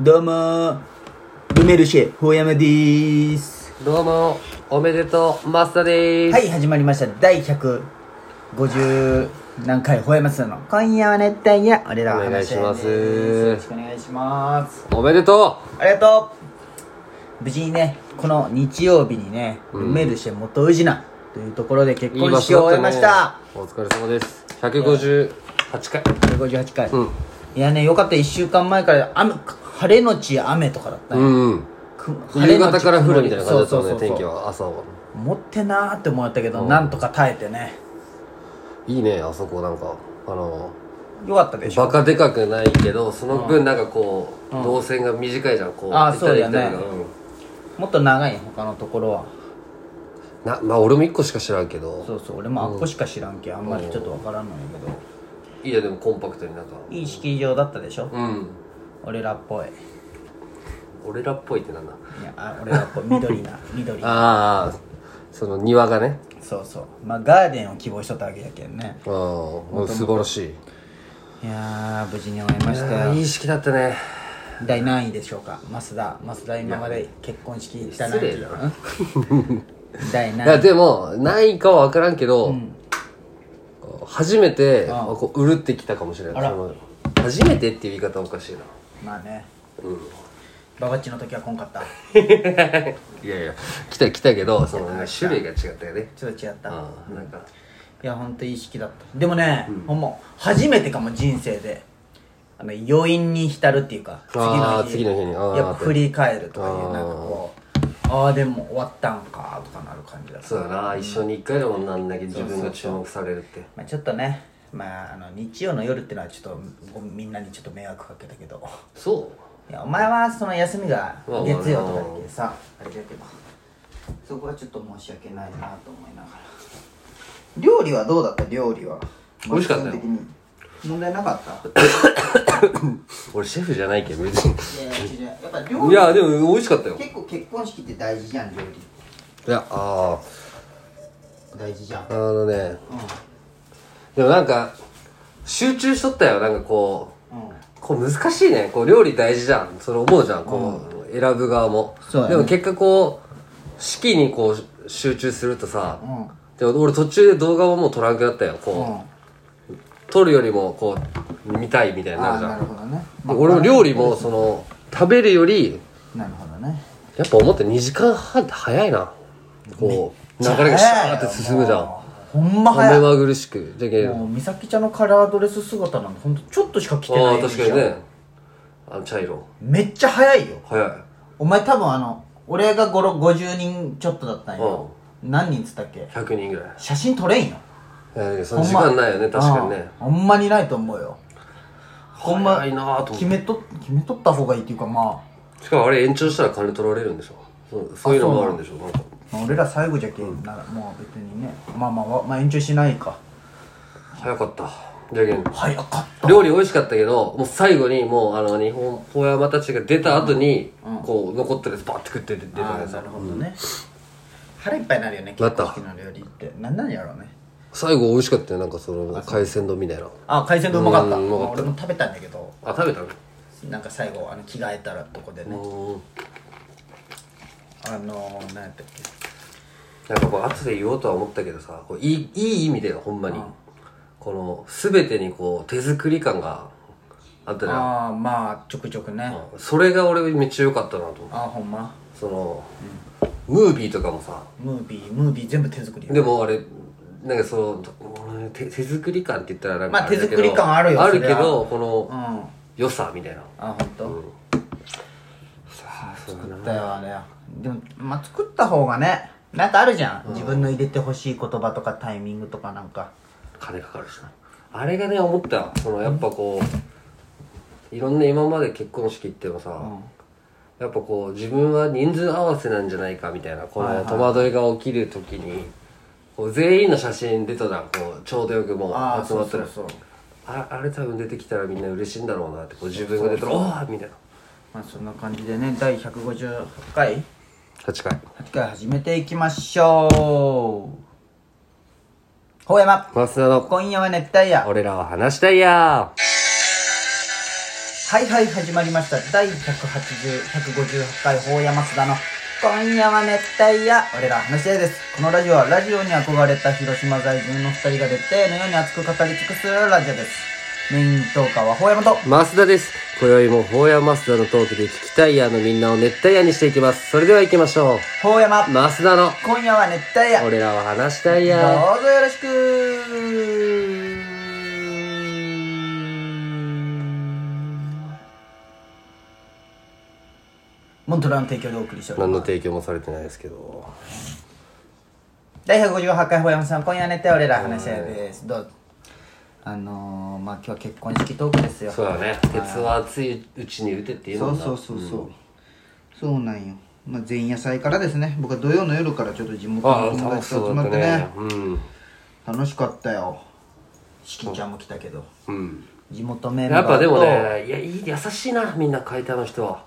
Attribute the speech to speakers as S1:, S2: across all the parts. S1: どうもールメルシェほうやまでーす
S2: どうも、おめでとう、マスターでーす。
S1: はい始まりました第150何回ほうやまつの今夜は熱帯夜俺らは話し合いですよ
S2: お願
S1: ろ
S2: いします
S1: しくお願いします
S2: おめでと
S1: ありがとう無事にねこの日曜日にね、ルメルシェ元宇品というところで
S2: う
S1: 結婚式を終えました。
S2: いい場所だったねお疲れ様です。158回。
S1: 158回、
S2: うん。
S1: いやねよかった1週間前から雨晴れのち雨とかだったね、
S2: うんうん。
S1: く晴れ
S2: 夕
S1: のち
S2: 方から降るみたいな感じだった
S1: そ
S2: も
S1: うんそうそ
S2: ね、
S1: うそう
S2: 天気は、朝は。
S1: 持ってなーって思ったけど、なんとか耐えてね
S2: いいね、あそこなんか、あの、
S1: よかったでしょ
S2: バカでかくないけど、その分なんかこう、動線が短いじゃん、こう。
S1: あー
S2: 行ったり
S1: そうだよね
S2: 行ったりがうん
S1: もっと長い他のところは
S2: な、まあ俺も一個しか知らんけど、
S1: そうそう俺もあっこしか知らんけあんまりちょっとわからんのやけど
S2: いいね、でもコンパクトになんか。
S1: いい式場だったでしょ、
S2: うん。
S1: 俺らっぽいい
S2: 俺らっぽいってなんだ。
S1: やあ俺ら っぽい緑な緑な
S2: ああ、その庭がね。
S1: そうそうまあガーデンを希望しとったわけやけんね
S2: ああ、素晴らしい。
S1: いやー無事に終えまし
S2: い
S1: た
S2: やー
S1: よ
S2: いい式だったね
S1: 第何位でしょうか増田増田今まで結婚式行った
S2: 失礼だな
S1: うん 第
S2: い
S1: 何
S2: や
S1: 位
S2: でもないかは分からんけど、初めて
S1: ああ
S2: こううるってきたかもしれな
S1: あ
S2: い
S1: ら
S2: その初めてっていう言い方おかしいな
S1: まあね
S2: うん
S1: ババッチの時はこんかった
S2: いやいや来た来たけどそのね種類が違ったよね
S1: ちょっと違った
S2: ああなんか
S1: いや本当いい式だったでもね、ほんま初めてかも人生であの余韻に浸るっていうか次の
S2: あ
S1: 日
S2: ー次の日にあー
S1: やっぱ振り返るとかい
S2: あ
S1: う
S2: ー
S1: なんかこうああでも終わったんかとかなる感じだった、
S2: そうだな一緒に一回でもなんだけど自分が注目されるって
S1: まあ、ちょっとねまああの日曜の夜ってのはちょっとごみんなにちょっと迷惑かけたけど
S2: そ
S1: いやお前はその休みが
S2: まあまあ
S1: 月曜とかだけどさあれだけどそこはちょっと申し訳ないなと思いながら料理はどうだった料理は
S2: 美味しかったよ
S1: 基本的に問題なかった
S2: う 俺シェフじゃないけど別に
S1: いやいや違うやっぱ料
S2: い
S1: 理
S2: やでも美味しかったよ
S1: 結構結婚式って大事じゃん料
S2: いやあ
S1: 理大事じゃん
S2: ああのね
S1: う
S2: でもなんか集中しとったよなんかこうん
S1: うん
S2: こう難しいねこう料理大事じゃんそれ思うじゃんこう、選ぶ側も
S1: そうだね
S2: でも結果こう式にこう集中するとさ、
S1: うん
S2: でも俺途中で動画をもう撮らんくなったよ
S1: うん
S2: こう、撮るよりもこう見たいみたいにな
S1: あ
S2: る
S1: あ
S2: じゃ
S1: なんるほどね
S2: で俺も料理もその食べるより
S1: なるほどね
S2: やっぱ思った2時間半って早いなこう流れがシャーって進むじゃん
S1: ほんま
S2: 目
S1: 早い
S2: まぐるしくじゃけん
S1: もう美咲ちゃんのカラードレス姿なんてほんとちょっとしか着てな
S2: ああ
S1: い
S2: 確かにねあの茶色
S1: めっちゃ早いよ
S2: 早い
S1: お前多分あの俺がごろ50人ちょっとだったんよ、何人っつったっけ
S2: 100人ぐらい
S1: 写真撮れんよ
S2: いやその時間ないよね確かにね
S1: ああほんまにないと思うよほんま
S2: 早いなぁと思っ
S1: 決
S2: て
S1: めと決めとった方がいいっていうかま
S2: しかもあれ延長したら金取られるんでしょそうそういうのもあるんでしょなんか
S1: あまあ俺ら最後じゃけんならもう別にねまあまあわまあ延長しないか
S2: 早かったじゃけん
S1: 早かった
S2: 料理美味しかったけどもう最後にもうあの日本ポヤマたちが出た後に、こう残ったやつバッて食って出た
S1: あ
S2: や
S1: あ
S2: つ
S1: なるほどね、腹いっぱいになるよね
S2: な
S1: 結
S2: った
S1: 婚式の料理ってなんなんやろうね
S2: 最後美味しかったよなんかその海鮮丼みたいな
S1: あ海鮮丼うまかった
S2: うんうまかった
S1: 俺も食べたんだけど
S2: あ食べたの
S1: なんか最後あの着替えたらとこでね、
S2: うん
S1: あのー、何やったっけ
S2: なんかこう後で言おうとは思ったけどさこういいいい意味だよほんまに、この全てにこう手作り感があったじゃん
S1: ああまあちょくちょくね、あ
S2: それが俺めっちゃ良かったなと思って
S1: あほんま
S2: その、ムービーとかもさ
S1: ムービームービー全部手作り
S2: でもあれなんかその手手作り感って言ったらなんか
S1: まあ
S2: れだけど
S1: 手作り感あるよ
S2: ある
S1: そ
S2: け
S1: りゃ
S2: どこ
S1: うん
S2: の
S1: あ
S2: 良さみたいな
S1: ほんと
S2: さあそうだな
S1: だよあれでもまあ作った方がねなんかあるじゃん、自分の入れてほしい言葉とかタイミングとかなんか
S2: 金かかるしなあれがね思ったそのやっぱこういろんな今まで結婚式行ってもさ、やっぱこう自分は人数合わせなんじゃないかみたいなこの戸惑いが起きる時にこう全員の写真出たらこうちょうどよくもう
S1: ああ
S2: 集
S1: そ
S2: ま
S1: う
S2: った
S1: そ
S2: ら
S1: うそう
S2: ああれ多分出てきたらみんな嬉しいんだろうなってこう自分が出たら「おーみたいな
S1: まあそんな感じでね第158回
S2: 8回
S1: 8回始めていきましょうほうやま
S2: 増田の
S1: 今夜は熱帯夜
S2: 「俺らは話したいやー」
S1: はいはい始まりました第180158回法山須田の「今夜は熱帯夜俺ら話し合い」ですこのラジオはラジオに憧れた広島在住の2人が絶対のように熱く語り尽くすラジオですメイントーカーは法山と
S2: 増田です今宵も法や増田のトークで聞きたいやのみんなを熱帯夜にしていきますそれでは行きましょう
S1: 法山
S2: 増田の
S1: 今夜は熱帯夜
S2: 俺らは話したいや
S1: どうぞよろしくモントラーの提供でお送りしております
S2: 何の提供もされてないですけど
S1: 第158回ほやまさん今夜寝て俺ら話し合いですどうぞあのー、まあ今日は結婚式トークですよ
S2: そうだね鉄は熱いうちに打てっていう
S1: そ
S2: も
S1: うん
S2: な
S1: そうそうそう、そうなんよ、まあ、前夜祭からですね僕は土曜の夜からちょっと地元
S2: あ
S1: の
S2: あ
S1: 友
S2: 楽し
S1: 達と集
S2: そうだ
S1: ま
S2: っ
S1: ったてね
S2: ねうん
S1: 楽しかったよしきちゃんも来たけど
S2: うん
S1: 地元メンバ
S2: や
S1: ー
S2: っ
S1: と
S2: ぱでもねいやいい優しいなみんな解体の人は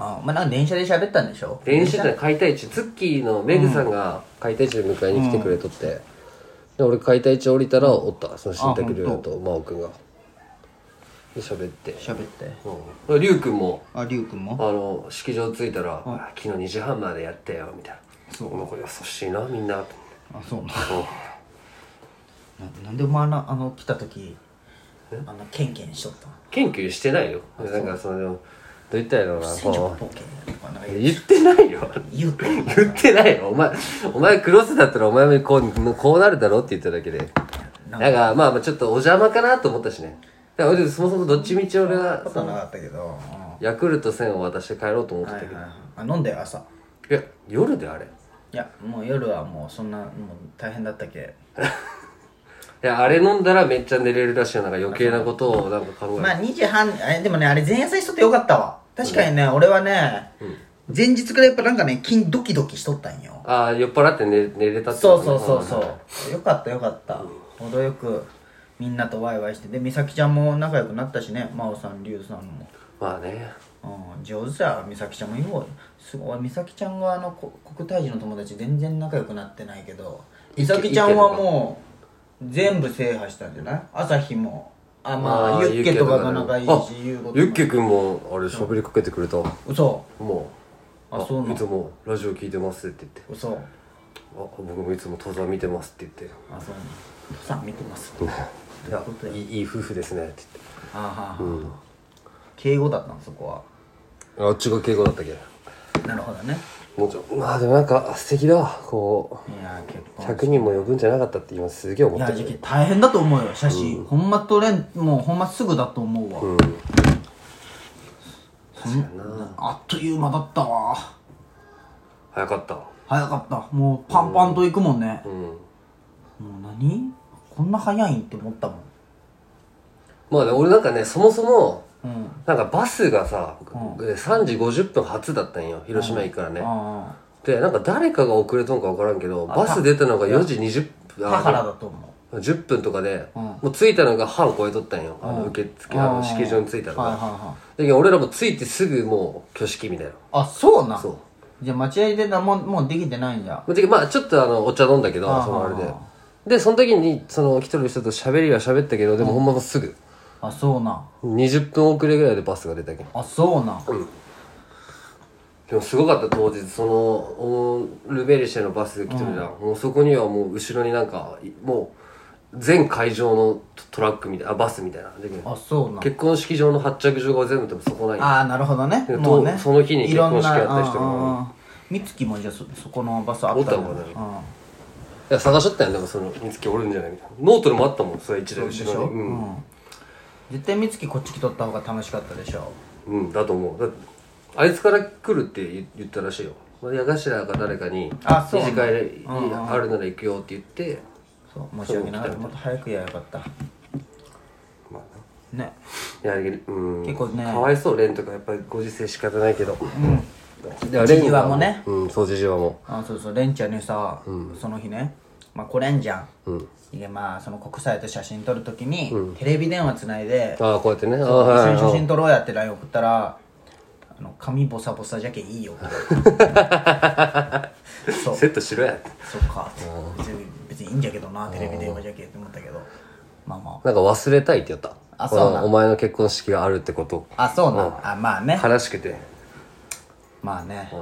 S1: あまあなんか電車で喋ったんでしょ
S2: 電車で解体地ツッキーのメグさんが解体地で迎えに来てくれとって、で俺解体地降りたらおったその新宅亮也と真央君がで喋って
S1: 喋って
S2: うん龍君も
S1: ありゅうくん
S2: あ
S1: も
S2: の式場着いたら、あ昨日2時半までやったよ」みたいな「
S1: そ
S2: この子優しいなみんな」って
S1: あそうなななんでお前あのあの来た時あのケンケンしとったの
S2: 研究してないよなんかそのどう言ったらいいのかな
S1: 船長
S2: こ
S1: ポケとかなんか
S2: う言ってないよ
S1: 言うと
S2: 言ってないよお前お前クロスだったらお前もこうこうなるだろうって言っただけで
S1: な
S2: だ
S1: んか
S2: からまあまあちょっとお邪魔かなと思ったしねだから俺そもそもどっちみち俺は
S1: ことはなかったけど、うん
S2: ヤクルト1000を渡して帰ろうと思ってたけど、い
S1: あ飲んだよ朝
S2: や夜であれ
S1: いやもう夜はもうそんなもう大変だったけ
S2: いやあれ飲んだらめっちゃ寝れるらしいよなんか余計なことをなんか考え
S1: まあ2時半あれでもねあれ前夜祭しとってよかったわ確かにね、俺はね、前日からやっぱなんかね筋ドキドキしとったんよ
S2: ああ酔っ払って寝寝れたって
S1: そう
S2: こと
S1: そうそうそうよかったよかった程よくみんなとワイワイしてで美咲ちゃんも仲良くなったしね真央さん龍さんも
S2: まあね
S1: うん上手や美咲ちゃんもようすごい美咲ちゃんがあのこ国体児の友達全然仲良くなってないけど美咲ちゃんはもう全部制覇したんじゃない朝日もあまあユッケとかが仲いいし
S2: ユ
S1: 優子とか
S2: ッケ君もあれ喋りかけてくれたも
S1: 嘘
S2: う
S1: あそうなの
S2: いつもラジオ聞いてますって言って
S1: 嘘
S2: あ僕もいつも登山見てますって言って
S1: あそうなのさん見てます
S2: いやいいいい夫婦ですねって
S1: あーはーはー
S2: 言って、
S1: 敬語だったのそこは
S2: うん、あっちが敬語だったっけ
S1: なるほどね
S2: もうちょまあでもなんか素敵だわこ
S1: いやー結
S2: う
S1: 婚
S2: 100人も呼ぶんじゃなかったって今すげえ思
S1: い
S2: っ
S1: や
S2: てる
S1: 時期大変だと思うよ写真、ほんま撮れんもうほんますぐだと思うわ、
S2: うん
S1: そんあっという間だったわ
S2: 早かった
S1: 早かったもうパンパンと行くもんね、
S2: うん
S1: もう何こんな早いんって思ったもん
S2: まあね俺なんかねそもそも
S1: うん
S2: なんかバスがさ、3時50分発だったんよ広島行くからね、
S1: あ
S2: でなんか誰かが遅れとんか分からんけどバス出たのが4時20
S1: あ
S2: 分
S1: 田原
S2: あ
S1: だと思
S2: 10分とかで、
S1: うん
S2: もう着いたのが半超えとったんよ、あの受
S1: う
S2: 付あ
S1: う
S2: の
S1: ん
S2: 式場に着いたのが、
S1: はいはいはい
S2: だけど俺らも着いてすぐもう挙式みたいな
S1: あそうな
S2: そう
S1: じゃあ待合で何ももうできてないんじゃ
S2: でまあちょっとあのお茶飲んだけど
S1: あー
S2: そのあれででその時にその来てる人と喋りは喋ったけどでもほんまもうすぐ
S1: あそうな
S2: 20分遅れぐらいでバスが出たけん
S1: あそうな
S2: でもすごかった当日そのおルベルシェのバスで来てるじゃん、もうそこにはもう後ろになんかいもう全会場のトトラックみたいなあバスみたいなで
S1: あそうな
S2: 結婚式場の発着場が全部でもそこない
S1: ああなるほどね
S2: で
S1: もうね
S2: とその日に結婚式やっ
S1: いろんなあーあ
S2: た人が
S1: ーあー美月もじゃあそそこのバスあった
S2: おったもんね
S1: うん
S2: いや探しとったんやでもその見つけおるんじゃないみたいなノートでもあったもんそれ一台
S1: でし
S2: 後
S1: ょ
S2: ろに
S1: うん絶対美月こっち来とった方が楽しかったでしょ
S2: うん、うん、だと思うだってあいつから来るって言言ったらしいよまあ矢頭が誰かに
S1: あそう
S2: 二次会で
S1: うんうん
S2: あるなら行くよって言って
S1: そう申し訳なかったもっと早くやればよかっ
S2: まあな
S1: たね
S2: いやうん
S1: 結構ね
S2: かわいそう蓮とかやっぱりご時世仕方ないけどうんで
S1: ジジワもね
S2: うんそうジジワも
S1: あそうそうレンちゃんにさ、その日ねまあ来れんじゃん、でまあその国際と写真撮るときに、テレビ電話つないで
S2: ああこうやってねあ
S1: 一
S2: あはい
S1: 緒に写
S2: はい
S1: 真撮ろうやって LINE 送ったら「あの髪ボサボサじゃけいいよ」そう
S2: セットしろや
S1: そっか別に別にいいんじゃけどなテレビ電話じゃけって思ったけどまあま
S2: なんか忘れたいって言った
S1: ああ
S2: こ
S1: そう
S2: の
S1: な
S2: お
S1: ん
S2: 前の結婚式があるってこと
S1: あそうな
S2: うん
S1: んあまあね
S2: 悲しくて
S1: まあね
S2: うん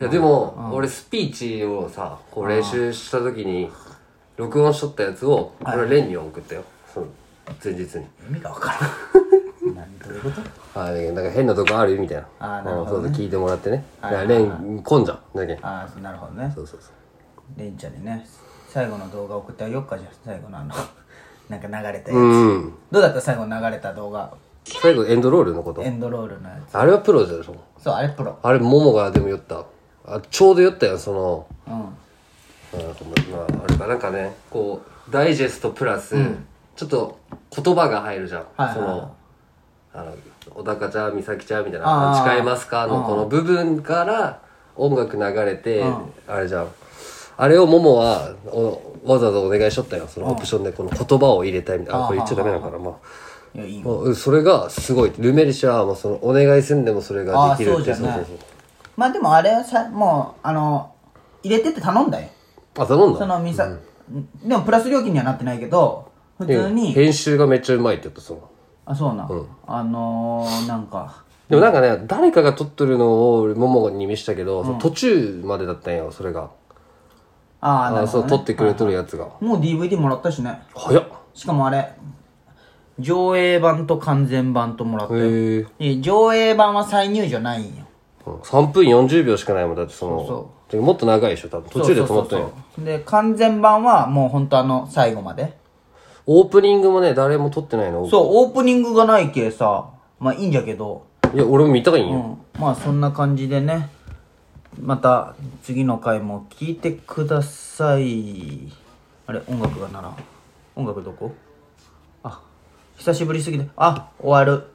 S2: いやでも、俺スピーチをさこう練習した時に録音しとったやつを俺レンに送ったよ、その前日に
S1: 意味が分から んなんどういうこと
S2: あーなんか変なとこあるみたいな
S1: あーなるほどね
S2: うんそうそう聞いてもらってねだ
S1: はい
S2: からレン混んじゃうだけん
S1: ああなるほどね
S2: そうそうそう
S1: レンちゃんにね最後の動画送ってあげよっかじゃあ最後のあ のなんか流れたやつ、
S2: うん
S1: どうだった最後の流れた動画
S2: 最後エンドロールのこと
S1: エンドロールのや
S2: あれはプロでしょ
S1: つそうあれプロ
S2: あれももがでも酔ったあちょうど酔ったよその
S1: うん
S2: あなんかまあ、あれかなんかねこうダイジェストプラス、ちょっと言葉が入るじゃん、
S1: はいはいはい
S2: そのあの小高ちゃん美咲ちゃんみたい
S1: あ
S2: な
S1: ー
S2: 「誓いますか?」のこの部分から音楽流れて、あれじゃんあれをももはおわざわざお願いしとったよそのオプションでこの言葉を入れたいみたいな、あこれ言っちゃダメなのかな、まあ
S1: いやいい
S2: まあうんそれがすごいルメリシャはもうそのお願いせんでもそれができるっ
S1: あーそ
S2: て
S1: うじゃない
S2: そうそう
S1: まあでもあれさもうあの入れてって頼んだよ
S2: そうあ頼んだ
S1: そのみさ、でもプラス料金にはなってないけど普通に、
S2: 編集がめっちゃうまいって言ったその
S1: あそうなん、あのー、なんか
S2: でもなんかね、誰かが撮ってるのを俺、ももに見したけど、その途中までだったんよ、それが。
S1: ああな
S2: あ
S1: る
S2: そ
S1: ほ
S2: う、
S1: ど、
S2: 撮
S1: ね、
S2: ってくれとるやつが。
S1: もう DVD もらったしね
S2: 早っ
S1: しかもあれ上映版と完全版ともらった
S2: へ
S1: よ
S2: え。
S1: で上映版は再入場ないんよ
S2: うん3分40秒しかないもん、だってその、
S1: そ
S2: てかもっと長いでしょ、多分。途中で止まったん
S1: そう
S2: よ
S1: そ。うそうで完全版はもう本当あの最後まで
S2: オープニングもね、誰も撮ってないの。
S1: そうオープニングがないけさまあいいんじゃけど
S2: いや、俺も見たがいいん
S1: う
S2: よ。
S1: んまあそんな感じでねまた次の回も聞いてくださいあれ音楽がならん音楽どこあ久しぶりすぎてあ終わる